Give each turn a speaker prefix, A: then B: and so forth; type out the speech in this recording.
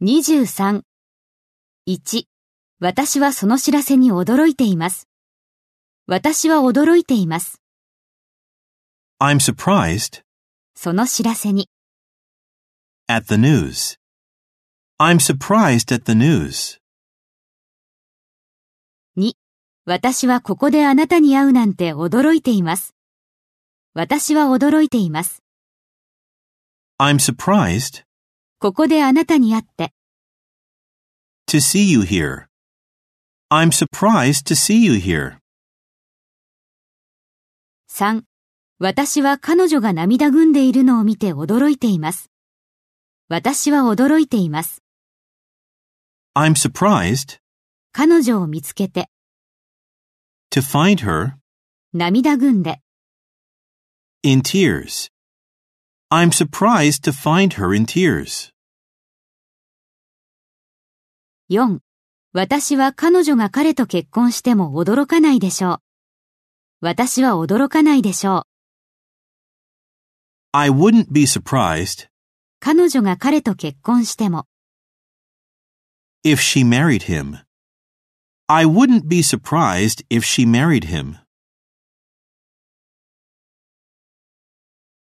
A: 23。1、私はその知らせに驚いています。私は驚いています。
B: I'm surprised
A: その知らせに。
B: at the news. I'm surprised at the news.
A: 私はここであなたに会うなんて驚いています。私は驚いています。
B: I'm surprised
A: ここであなたに会って。
B: to see you here. I'm surprised to see you here.
A: 3. 私は彼女が涙ぐんでいるのを見て驚いています。私は驚いています。
B: I'm surprised
A: 彼女を見つけて、
B: to find her
A: 涙ぐんで。
B: in tears. I'm surprised to find her in tears.
A: 4. 私は彼女が彼と結婚しても驚かないでしょう。私は驚かないでしょう。
B: I wouldn't be surprised
A: 彼女が彼と結婚しても。
B: if she married him. I wouldn't be surprised if she married him.